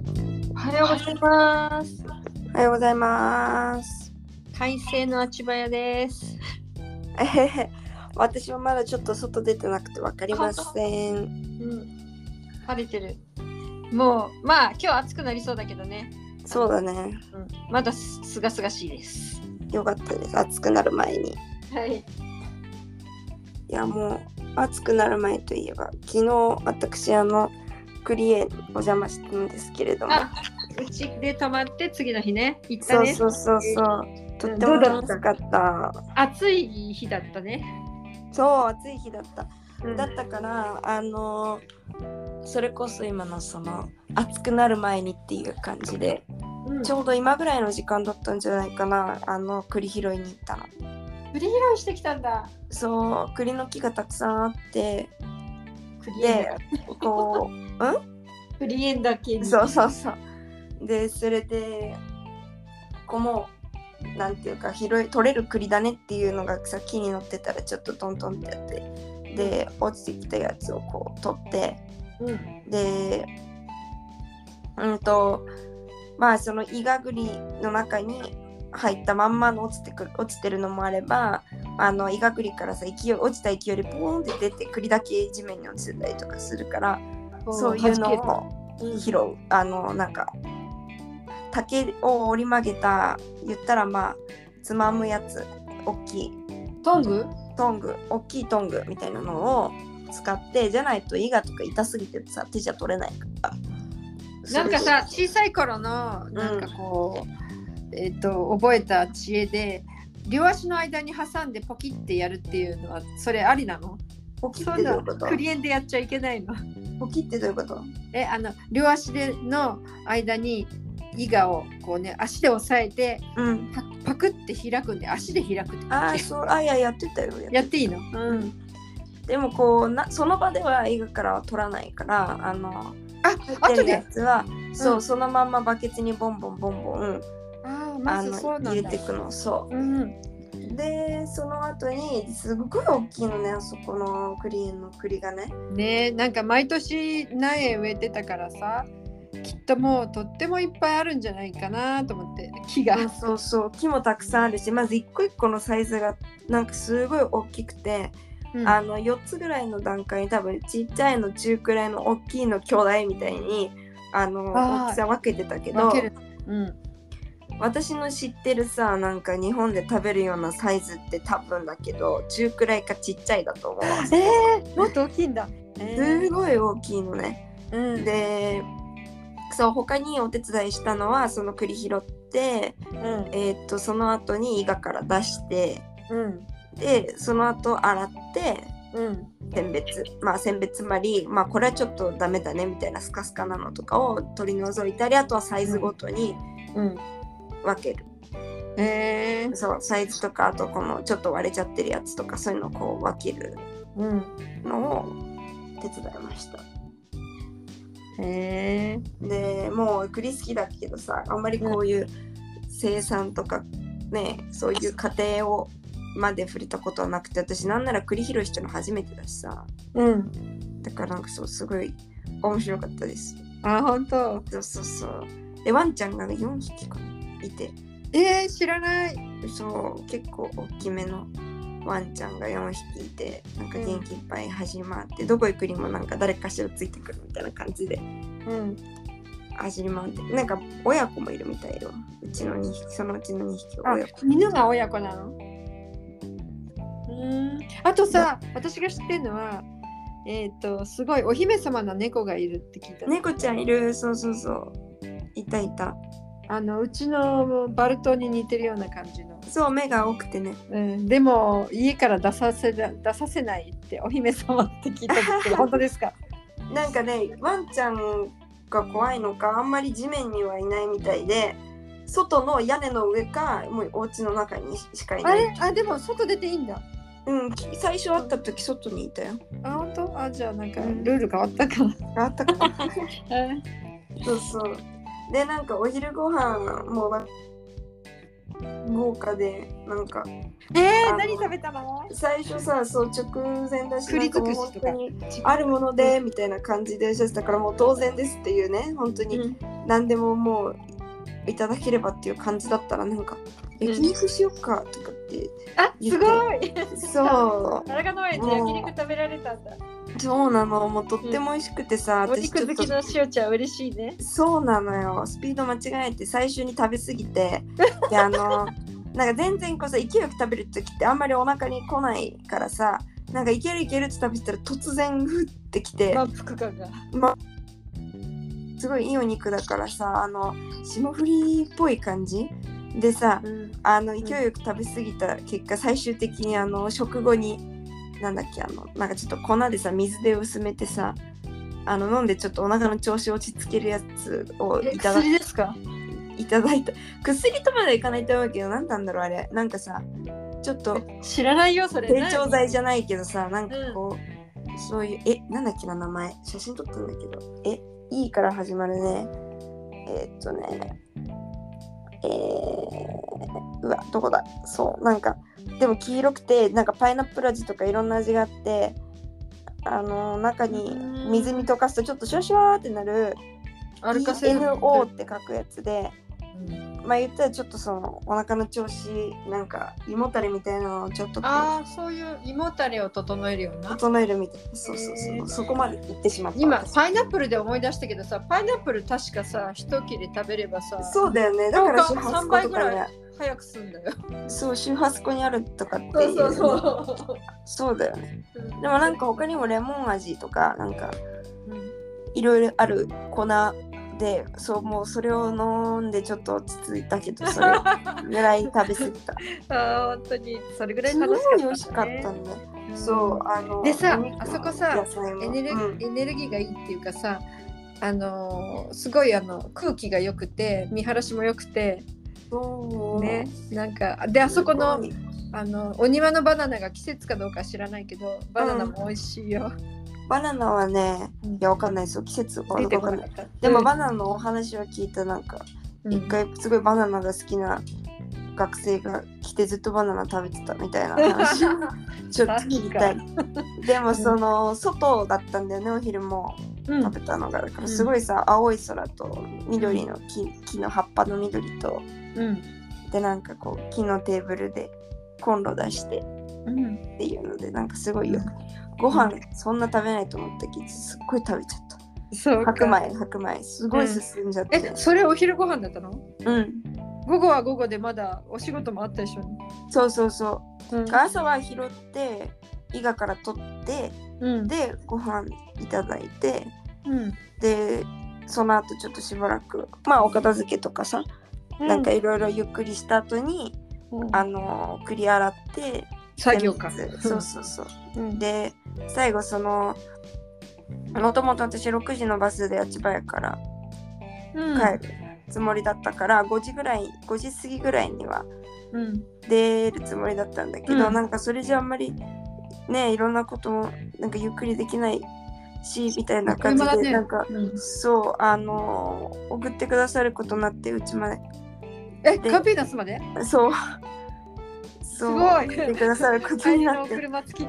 ようございます。おはようございます。 快晴のあちばやです。えへへ私はまだちょっと外出てなくてわかりません。うん。晴れてる。もう、まあ、今日暑くなりそうだけどね。そうだね。うん。まだすすがすがしいです。よかったです。暑くなる前に。いはい。やもう暑くなる前といえば、昨日私あのクリエにお邪魔したんですけれども、あ、うちで泊まって次の日ね。行ったそうね。そうそうそう。とってどもうだった楽しかった。暑い日だったね。そう暑い日だった。うんだったからあのそれこそ今のその暑くなる前にっていう感じで。うん。ちょうど今ぐらいの時間だったんじゃないかなあの栗拾いに行ったの栗拾いしてきたんだ。そう栗の木がたくさんあって栗園でこ栗園だけに。うそうそうそうでそれでこうもうなんていうか拾い取れる栗だねっていうのがさ木に乗ってたらちょっとトントンってやってで落ちてきたやつをこう取ってうん。でうんとまあそのイガグリの中に入ったまんまの落ちてくる落ちてるのもあればあのイガグリからさ勢い落ちた勢いでポーンって出て栗だけ地面に落ちてたりとかするからこそういうの弾をけるうん拾うあのなんか竹を折り曲げた言ったらまあつまむやつ大きいトングトング大きいトングみたいなのを使ってじゃないとイガとか痛すぎてさ手じゃ取れないからなんかさそ小さい頃のなんかこう、えっ、と覚えた知恵で両足の間に挟んでポキってやるっていうのはそれありなのれポキっそてんどういなうことクリエンでやっちゃいけないのポキってどういうことえあの両足での間にイガをこうね足で押さえてうんパパクって開くんで足で開くってああそうあいややってたよやってやっていいのうんでもこうなその場ではイガからは取らないからあのああ入ってとるやでつは、そう、うんそのまんまバケツにボンボンボンボン、あああまずのそうな入れんだていくのそうんうでその後にすごい大きいのねあそこのクリーンの栗がねねえなんか毎年苗植えてたからさきっともうとってもいっぱいあるんじゃないかなと思って木が、うんそうそう木もたくさんあるしまず一個一個のサイズがなんかすごい大きくて、うんあの4つぐらいの段階に多分ちっちゃいの中くらいの大きいの巨大みたいにあのあー大きさ分けてたけど分けるうん私の知ってるさなんか日本で食べるようなサイズって多分だけど中くらいかちっちゃいだと思う。えー、もっと大きいんだ、えすごい大きいのね。ーうんでそう他にお手伝いしたのはその栗拾って、うんえーっとその後に伊賀から出して。うんでその後洗ってうん選別まあ選別つまりまあこれはちょっとダメだねみたいなスカスカなのとかを取り除いたりあとはサイズごとにうん分ける、えー、そうサイズとかあとこのちょっと割れちゃってるやつとかそういうのをこう分けるうんのを手伝いましたえでもう栗好きだけどさあんまりこういう生産とかねそういう過程をまで触れたことはなくて私なんなら栗拾いしたの初めてだしさうんだからなんかそうすごい面白かったですあ本当そうそうそう。で、ワンちゃんが4匹かいて、えー、知らないそう、結構大きめのワンちゃんが4匹いて、なんか元気いっぱい走り回って、どこ行くにもなんか誰かしらついてくるみたいな感じでうん走り回って、なんか親子もいるみたいよ。うちの2匹、そのうちの2匹はあ親子。犬が親子なのうんあとさ私が知ってるのはえっ、とすごいお姫様の猫がいるって聞いたの、猫ちゃんいる、そうそうそう。いたいた。あのうちのバルトに似てるような感じの、そう、目が多くてね。うん、でも家から出させな出させないってお姫様って聞いたんですけ ど本当ですかなんかね、ワンちゃんが怖いのか、あんまり地面にはいないみたいで、外の屋根の上か、もうお家の中にしかいあなれい。あでも外出ていいんだうん、き最初会った時外にいたよ。あ本当あじゃあなんかルール変わったかな、あったかなえそうそう。で、なんかお昼ご飯もうわ豪華でなんかえあー、の何食べたの最初さそう直前だし栗尽くしとかなんもう本当にあるものでみたいな感じでしてたからもう当然ですっていうね本当に何でももういただければっていう感じだったらなんかうん焼肉しようかとか って、あすごいそ田中農園で焼肉食べられたんだ。うそうなのもうとっても美味しくてさ、お私ちょ肉っ好ときのしおちゃん嬉しいね。そうなのよスピード間違えて最初に食べ過ぎ てであのなんか全然こうさ勢いよく食べる時ってあんまりお腹に来ないからさなんかいけるいけるって食べてたら突然ふってきて満腹感が。すごいいいお肉だからさあの霜降りっぽい感じでさあの勢いよく食べ過ぎた結果最終的にあの食後になんだっけあのなんかちょっと粉でさ水で薄めてさあの飲んでちょっとお腹の調子落ち着けるやつをえいただ薬ですかいただいた薬とまではいかないと思うけど何なんだろうあれなんかさちょっと知らないよ、それ。成長剤じゃないけどさなんかこう、そういうえなんだっけな名前写真撮ったんだけどえいいから始まるねえーっとねえー、うわどこだそうなんかでも黄色くてなんかパイナップル味とかいろんな味があってあの中に水に溶かすとちょっとシュワシュワーってなるアルカセイド NO って書くやつで。まあ言ったらちょっとそのお腹の調子なんか胃もたれみたいなのをちょっとこうああ、そういう胃もたれを整えるような。整えるみたいなそうそうそう、へーそこまで行ってしまった今私パイナップルで思い出したけどさパイナップル確かさ一切れ食べればさそうだよねだからな周んか波数3コ倍とぐからねい早く済んだよそう周波数コにあるとかっていうそうそうねそそうだよねうででもなんか他にもレモン味とかなんかういろいろある粉でそうもうそれを飲んでちょっと落ち着いたけどそれぐらい食べ 過ぎたんあー本当にそれぐらいす楽ごしいかった、ね、美味しかったんだよ、そうあのでさお肉もあそこさ野菜もエネルギうんー、エネルギーがいいっていうかさあのーすごいあの空気が良くて見晴らしも良くてそうねなんかであそこのあのお庭のバナナが季節かどうかは知らないけどバナナも美味しいよ、バナナはね、うんいや、わかんないですよ。季節はついわてかこんなない。かったでも、バナナのお話は聞いた、なんか、うん。一回、すごいバナナが好きな学生が来て、ずっとバナナ食べてたみたいな話 ちょっと聞きたい。でも、その、外だったんだよね、お昼もうん食べたのが。だかうんら、すごいさ、青い空と緑の木木の葉っぱの緑と、うんで、なんかこう、木のテーブルでコンロ出してうんっていうので、なんかすごいよく。ご飯、そんな食べないと思ったけど、すっごい食べちゃった。そうか白米白米すごい進んじゃって、えそれお昼ご飯だったのうん午後は午後でまだお仕事もあったでしょ、そうそうそうんう朝は拾って伊賀から取ってうんでご飯いただいてうんでその後ちょっとしばらくまあお片付けとかさ、なんかいろいろゆっくりした後にうんあのー栗洗って作業かでそうそうそううんで最後そのもともと私6時のバスで八早からうん帰るつもりだったから5時ぐらい5時過ぎぐらいにはうん出るつもりだったんだけど、うんなんかそれじゃあんまりねいろんなこともなんかゆっくりできないしみたいな感じあっとで、いう間だねなんかうんそうあのー送ってくださることになってうちまでえでカピーナスまでそうすそうごい送ってくださること帰にりなのって車付き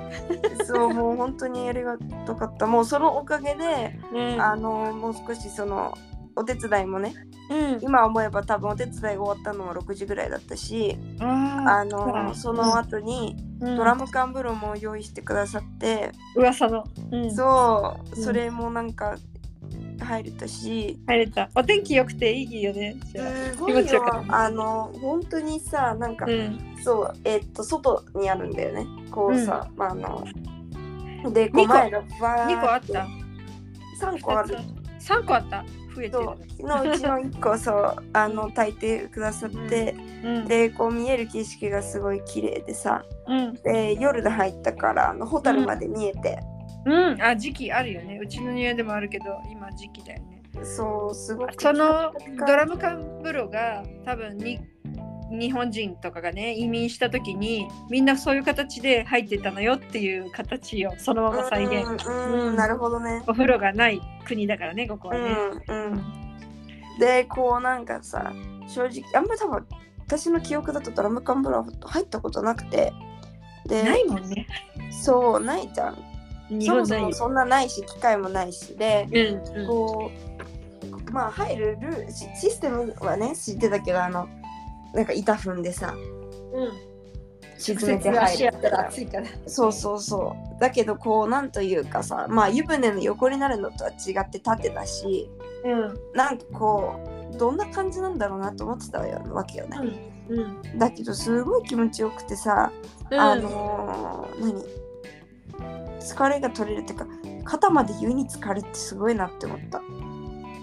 そうもう本当にありがとかったもうそのおかげでうんあのーもう少しそのお手伝いもねうん今思えば多分お手伝いが終わったのも6時ぐらいだったしああのーその後に、ドドラム缶風呂も用意してくださって、噂のうんそう、うんそれもなんか入れたし、入れたお天気良くていいよねじゃあすごい気持ちよかよっ。たあの本当にさ、なんか、うんそう、えっと外にあるんだよね。こうさ、まああのでこう二個前がバ二個あった三個ある。三個あった増えてるそうのうちの一個そうあの炊いてくださって、うんでこう見える景色がすごい綺麗でさうんで夜で入ったからあのホタルまで見えて、うんあ時期あるよねうちの庭でもあるけど今時期だよねそうすごくそのドラム缶風呂が多分に日本人とかがね移民した時にみんなそういう形で入ってたのよっていう形をそのまま再現、うんうんううんん、なるほどね。お風呂がない国だからねここはうね、んうん、でこうなんかさ正直あんま多分私の記憶だとドラム缶風呂は入ったことなくてでないもんね。そうないじゃん日そ本もなそいよも。そんなないし機会もないしでうんうんこうまあ入るルールシシステムはね知ってたけどあのなんか板踏んでさうん。沈め直て接足入やるっみたたいらな暑いから。そうそうそうだけどこうなんというかさまあ湯船の横になるのとは違って縦だしうんなんかこうどんな感じなんだろうなと思ってたわけよね、うん。だけどすごい気持ちよくてさ、あのー何疲れが取れるっていうか肩まで湯に浸かるってすごいなって思った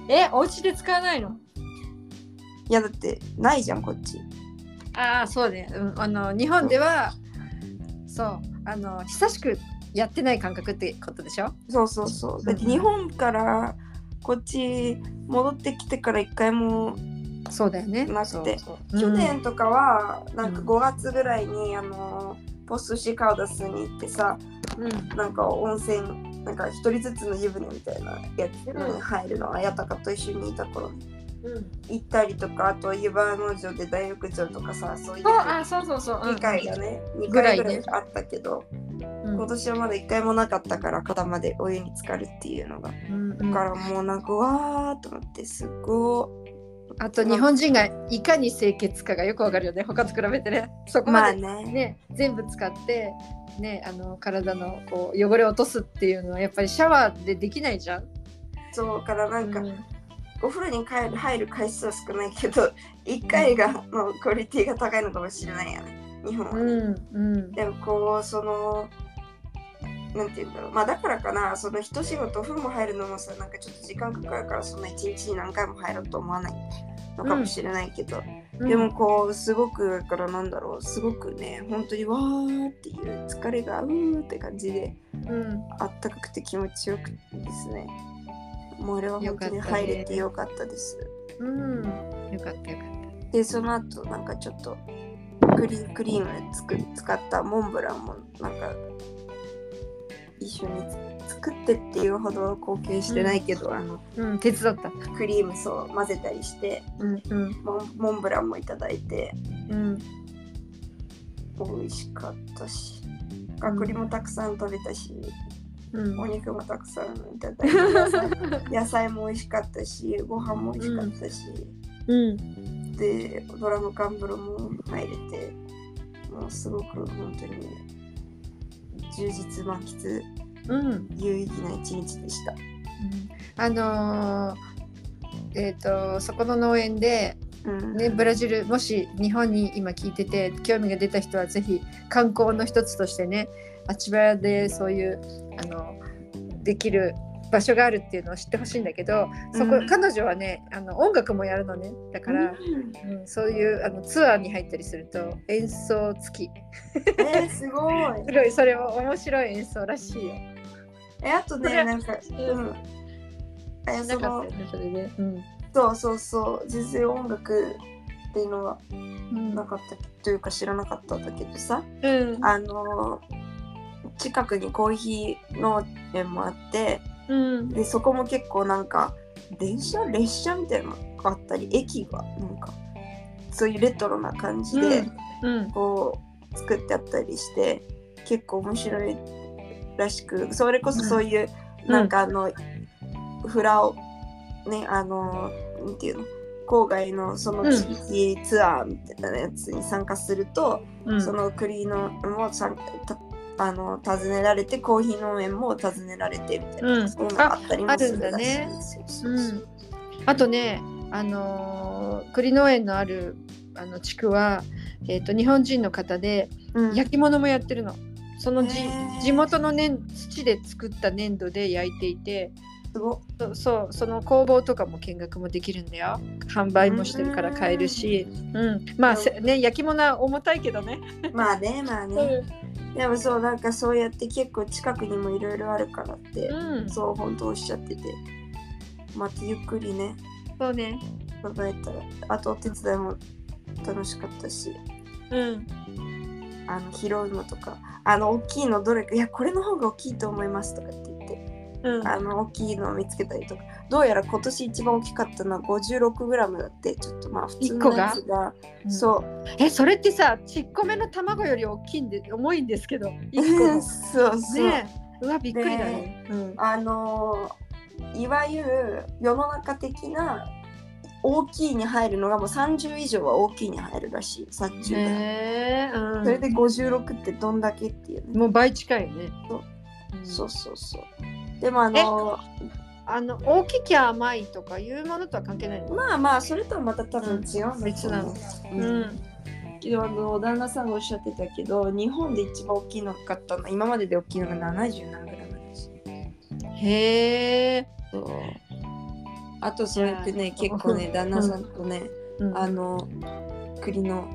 え、お家で使わないのいやだってないじゃんこっちああ、そうね。うん、あの日本では、そう、あの久しくやってない感覚ってことでしょそうそうそうだってうん日本からこっち戻ってきてから一回もそうだよね。なくてそうそう去年とかはなんかうん5月ぐらいにあのーポスシカウダスに行ってさうんうんなんか温泉なんか一人ずつの湯船みたいなやつに入るのはやたかと一緒にいた頃うん行ったりとかあと湯葉農場で大浴場とかさそういうそうあ、そうそうそう。うん機会がね2ぐら回いねぐらいあったけど、うん今年はまだ1回もなかったから肩までお湯に浸かるっていうのがだうんうんからもうなんかわーっと思ってすごあと日本人がいかに清潔かがよくわかるよね。他と比べてね。そいこままあでねね、全部使って、ね、あの体のこう汚れを落とすっていうのはやっぱりシャワーでできないじゃん。そうからなんか、うお風呂に帰る入る回数は少ないけど1回がのクオリティが高いのかもしれないよね日本はね、うんうんでもこうそのなんて言うんだろうまあだからかなその一仕事風も入るのもさなんかちょっと時間かかるからそんな一日に何回も入ろうと思わないのかもしれないけど、うんでもこうすごくだからなんだろうすごくね本当にわーっていう疲れがうーって感じでうん、あったかくて気持ちよくてですねもう俺は本当によかったね入れてよかったですうん、よかったよかっでその後なんかちょっとクリクリームつく使ったモンブランもなんか一緒につ作ってっていうほど貢献してないけど、あのた。うん、手伝った。クリームそう混ぜたりしてうんうんモンモンブランもいただいてうん美味しかったしうん学リもたくさん食べたし、うんお肉もたくさんいただいて 野菜野菜も美味しかったしご飯も美味しかったし、うん。でドラム缶風呂も入れてもうすごく本当に充実満喫うん。有意義な一日でしたあのーえっ、とそこの農園でうん、ねブラジルもし日本に今聞いてて興味が出た人はぜひ観光の一つとしてねあちばやでそういうあのできる場所があるっていうのを知ってほしいんだけどそこ、うん彼女はねあの音楽もやるのねだから、うんうんそういうあのツアーに入ったりすると演奏付きえー、すごいすごいそれも面白い演奏らしいよ。えあとこれねなんかうんえなそかったのよねそれで。うんそうそうそう全然音楽っていうのはうんなかったというか知らなかったんだけどさうんあの近くにコーヒー農園もあってうん、でそこも結構なんか電車列車みたいなのがあったり駅がなんかそういうレトロな感じで、うん、こう作ってあったりして結構面白いらしくそれこそそういう、うんなんかあの、フラをねあのなんていうの郊外のその地域ツアーみたいなやつに参加すると、うん、その国のもさんたあの訪ねられてコーヒー農園も訪ねられてみたいな、うんそういうのがあったりもするああるんだらしいね、ですよ。そううそうんあとね、あのー栗農園のあるあの地区は、えー、と日本人の方でうん焼き物もやってるの。そのじへー地元の、ね、土で作った粘土で焼いていてすごっそそうその工房とかも見学もできるんだよ販売もしてるから買えるし、うん、まあ、せね、焼き物は重たいけどね、まあねまあね、でもそうなんかそうやって結構近くにもいろいろあるからって、うん、そそう本当おっしゃっててまたゆっくりねうね、伺えたらあとお手伝いも楽しかったしうん、あの拾うのとかあの大きいのどれかいやこれの方が大きいと思いますとかって言ってうんあの大きいのを見つけたりとかどうやら今年一番大きかったのは 56g だってちょっとまあ普通のやつがうそんえそれってさちっこめの卵より大きいんで重いんですけどう一 個の そうそう、ねえうわびっくりだねねうんあのーいわゆる世の中的な大きいに入るのがもう30以上は大きいに入るらしい殺虫が、へえうそれで56ってどんだけっていうね、もう倍近いよねそううんそうそうそうでもあのーあの大ききゃ甘いとかいうものとは関係ないのまあまあそれとはまた多分違うんだ別となの思う、ううんんけどあの旦那さんがおっしゃってたけど日本で一番大きいの買ったの今までで大きいのが70何グラムだしへえそうあとそうやってねいや結構ね旦那さんとね、うんあの栗の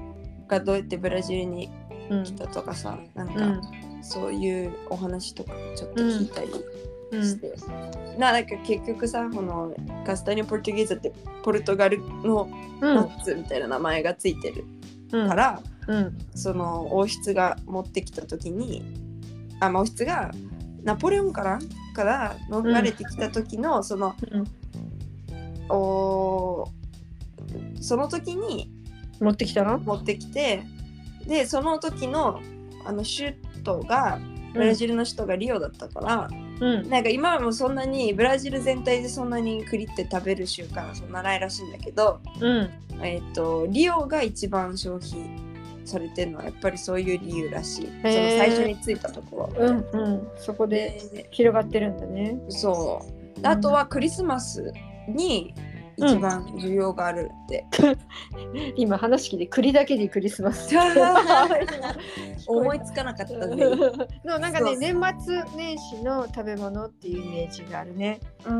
がどうやってブラジルにうん来たとかさなんうかんそういうお話とかちょっと聞いたりうんして、ななんか結局さこのカスタニョポルトゲーザってポルトガルのナッツみたいな名前がついてるうんから、うんその王室が持ってきた時にあ、まあ、王室がナポレオンからから逃れてきた時の、そのうんおその時に持ってきたの持ってきてでその時のあの首都がブラジルの首都がリオだったから、うんなんか今はもうそんなにブラジル全体でそんなに栗って食べる習慣はそんなないらしいんだけど、うんえっとリオが一番消費されてるのはやっぱりそういう理由らしい、そのへー最初に着いたところうは。んうんそこでで広がってるんだねそうあとはクリスマスに一番需要があるって、 今話聞いて栗だけでクリスマス思いつかなかったんで。のなんかそうねそう年末年始の食べ物っていうイメージがあるね。う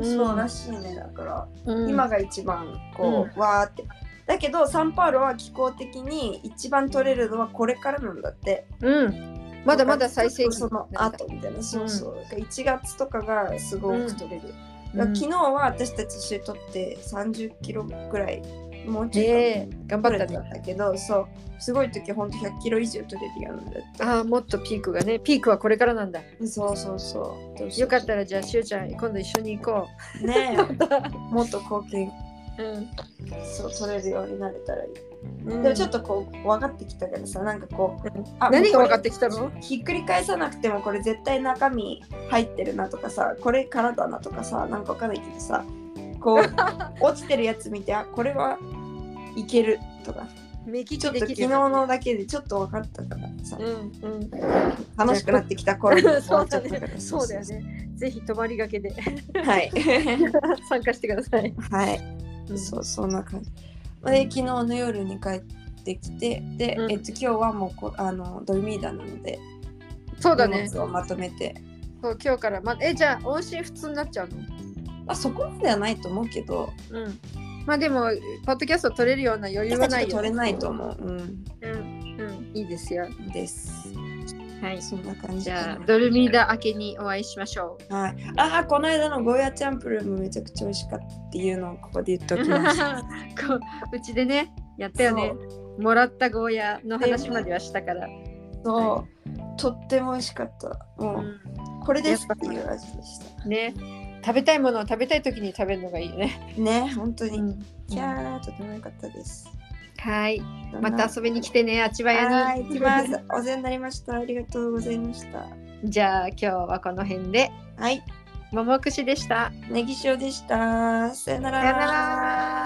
んそうらしいねだから、今今が一番こう、わーってだけどサンパウロは気候的に一番取れるのはこれからなんだってうんまだまだ最盛期そのなんだ後みたいなそうそう、だから1月とかがすごく取れる、だうかんら昨日は私たち一緒に取って30キロぐらいもうちょいかえなえ頑張取っれたたんね。だけどそうすごい時はほんと100キロ以上取れるようになるってああもっとピークがねピークはこれからなんだ。そうそうそうどうしよようかったらじゃあしゅうちゃん今度一緒に行こ ねえもっと貢献う。うん。そう取れるようになれたらいい、うんでもちょっとこう分かってきたからさなんかこうあ何がも分うこれかってきたの？ひっくり返さなくてもこれ絶対中身入ってるなとかさこれからだなとかさなんか分かんないけどさこ う落ちてるやつ見てあこれはいけるとか目利きちょっとで昨き日る。のだけでちょっと分かったからさうんうん。楽しくなってきた頃に そう終だわっちゃったからね。そうだよね。ぜひ泊まりが けではい参加してください。はいうんそうそんな感じ。で昨日の夜に帰ってきてで、うんえっと、今日はもうこあのドルミーダなのでそうだ荷ね。物をまとめてそう今日からまえじゃあ音信不通になっちゃうの？まあそこまではないと思うけどうん。まあでもポッドキャスト取れるような余裕ちょはっとないよ、ね。取れないと思う、うん、うんうんいいですよ。ですはい。そんな感じじかゃなあドルミーダ明けにお会いしましょう。はい、ああこの間のゴーヤチャンプルーもめちゃくちゃ美味しかったっていうのをここで言っとき ましたこううちでねやったよねそ。もらったゴーヤの話まではしたから。そうとっても美味しかったもう、これですっていう味でしね食べたいものを食べたい時に食べるのがいいね。たね本当に、キはャーとても良かったですい。また遊びに来てねあちばはやい、行に。きます。 お世話になりました。ありがとうございました。 じゃあ今日はこの辺ではい、ももくしでした。ネギ塩でした。さよなら。さよなら。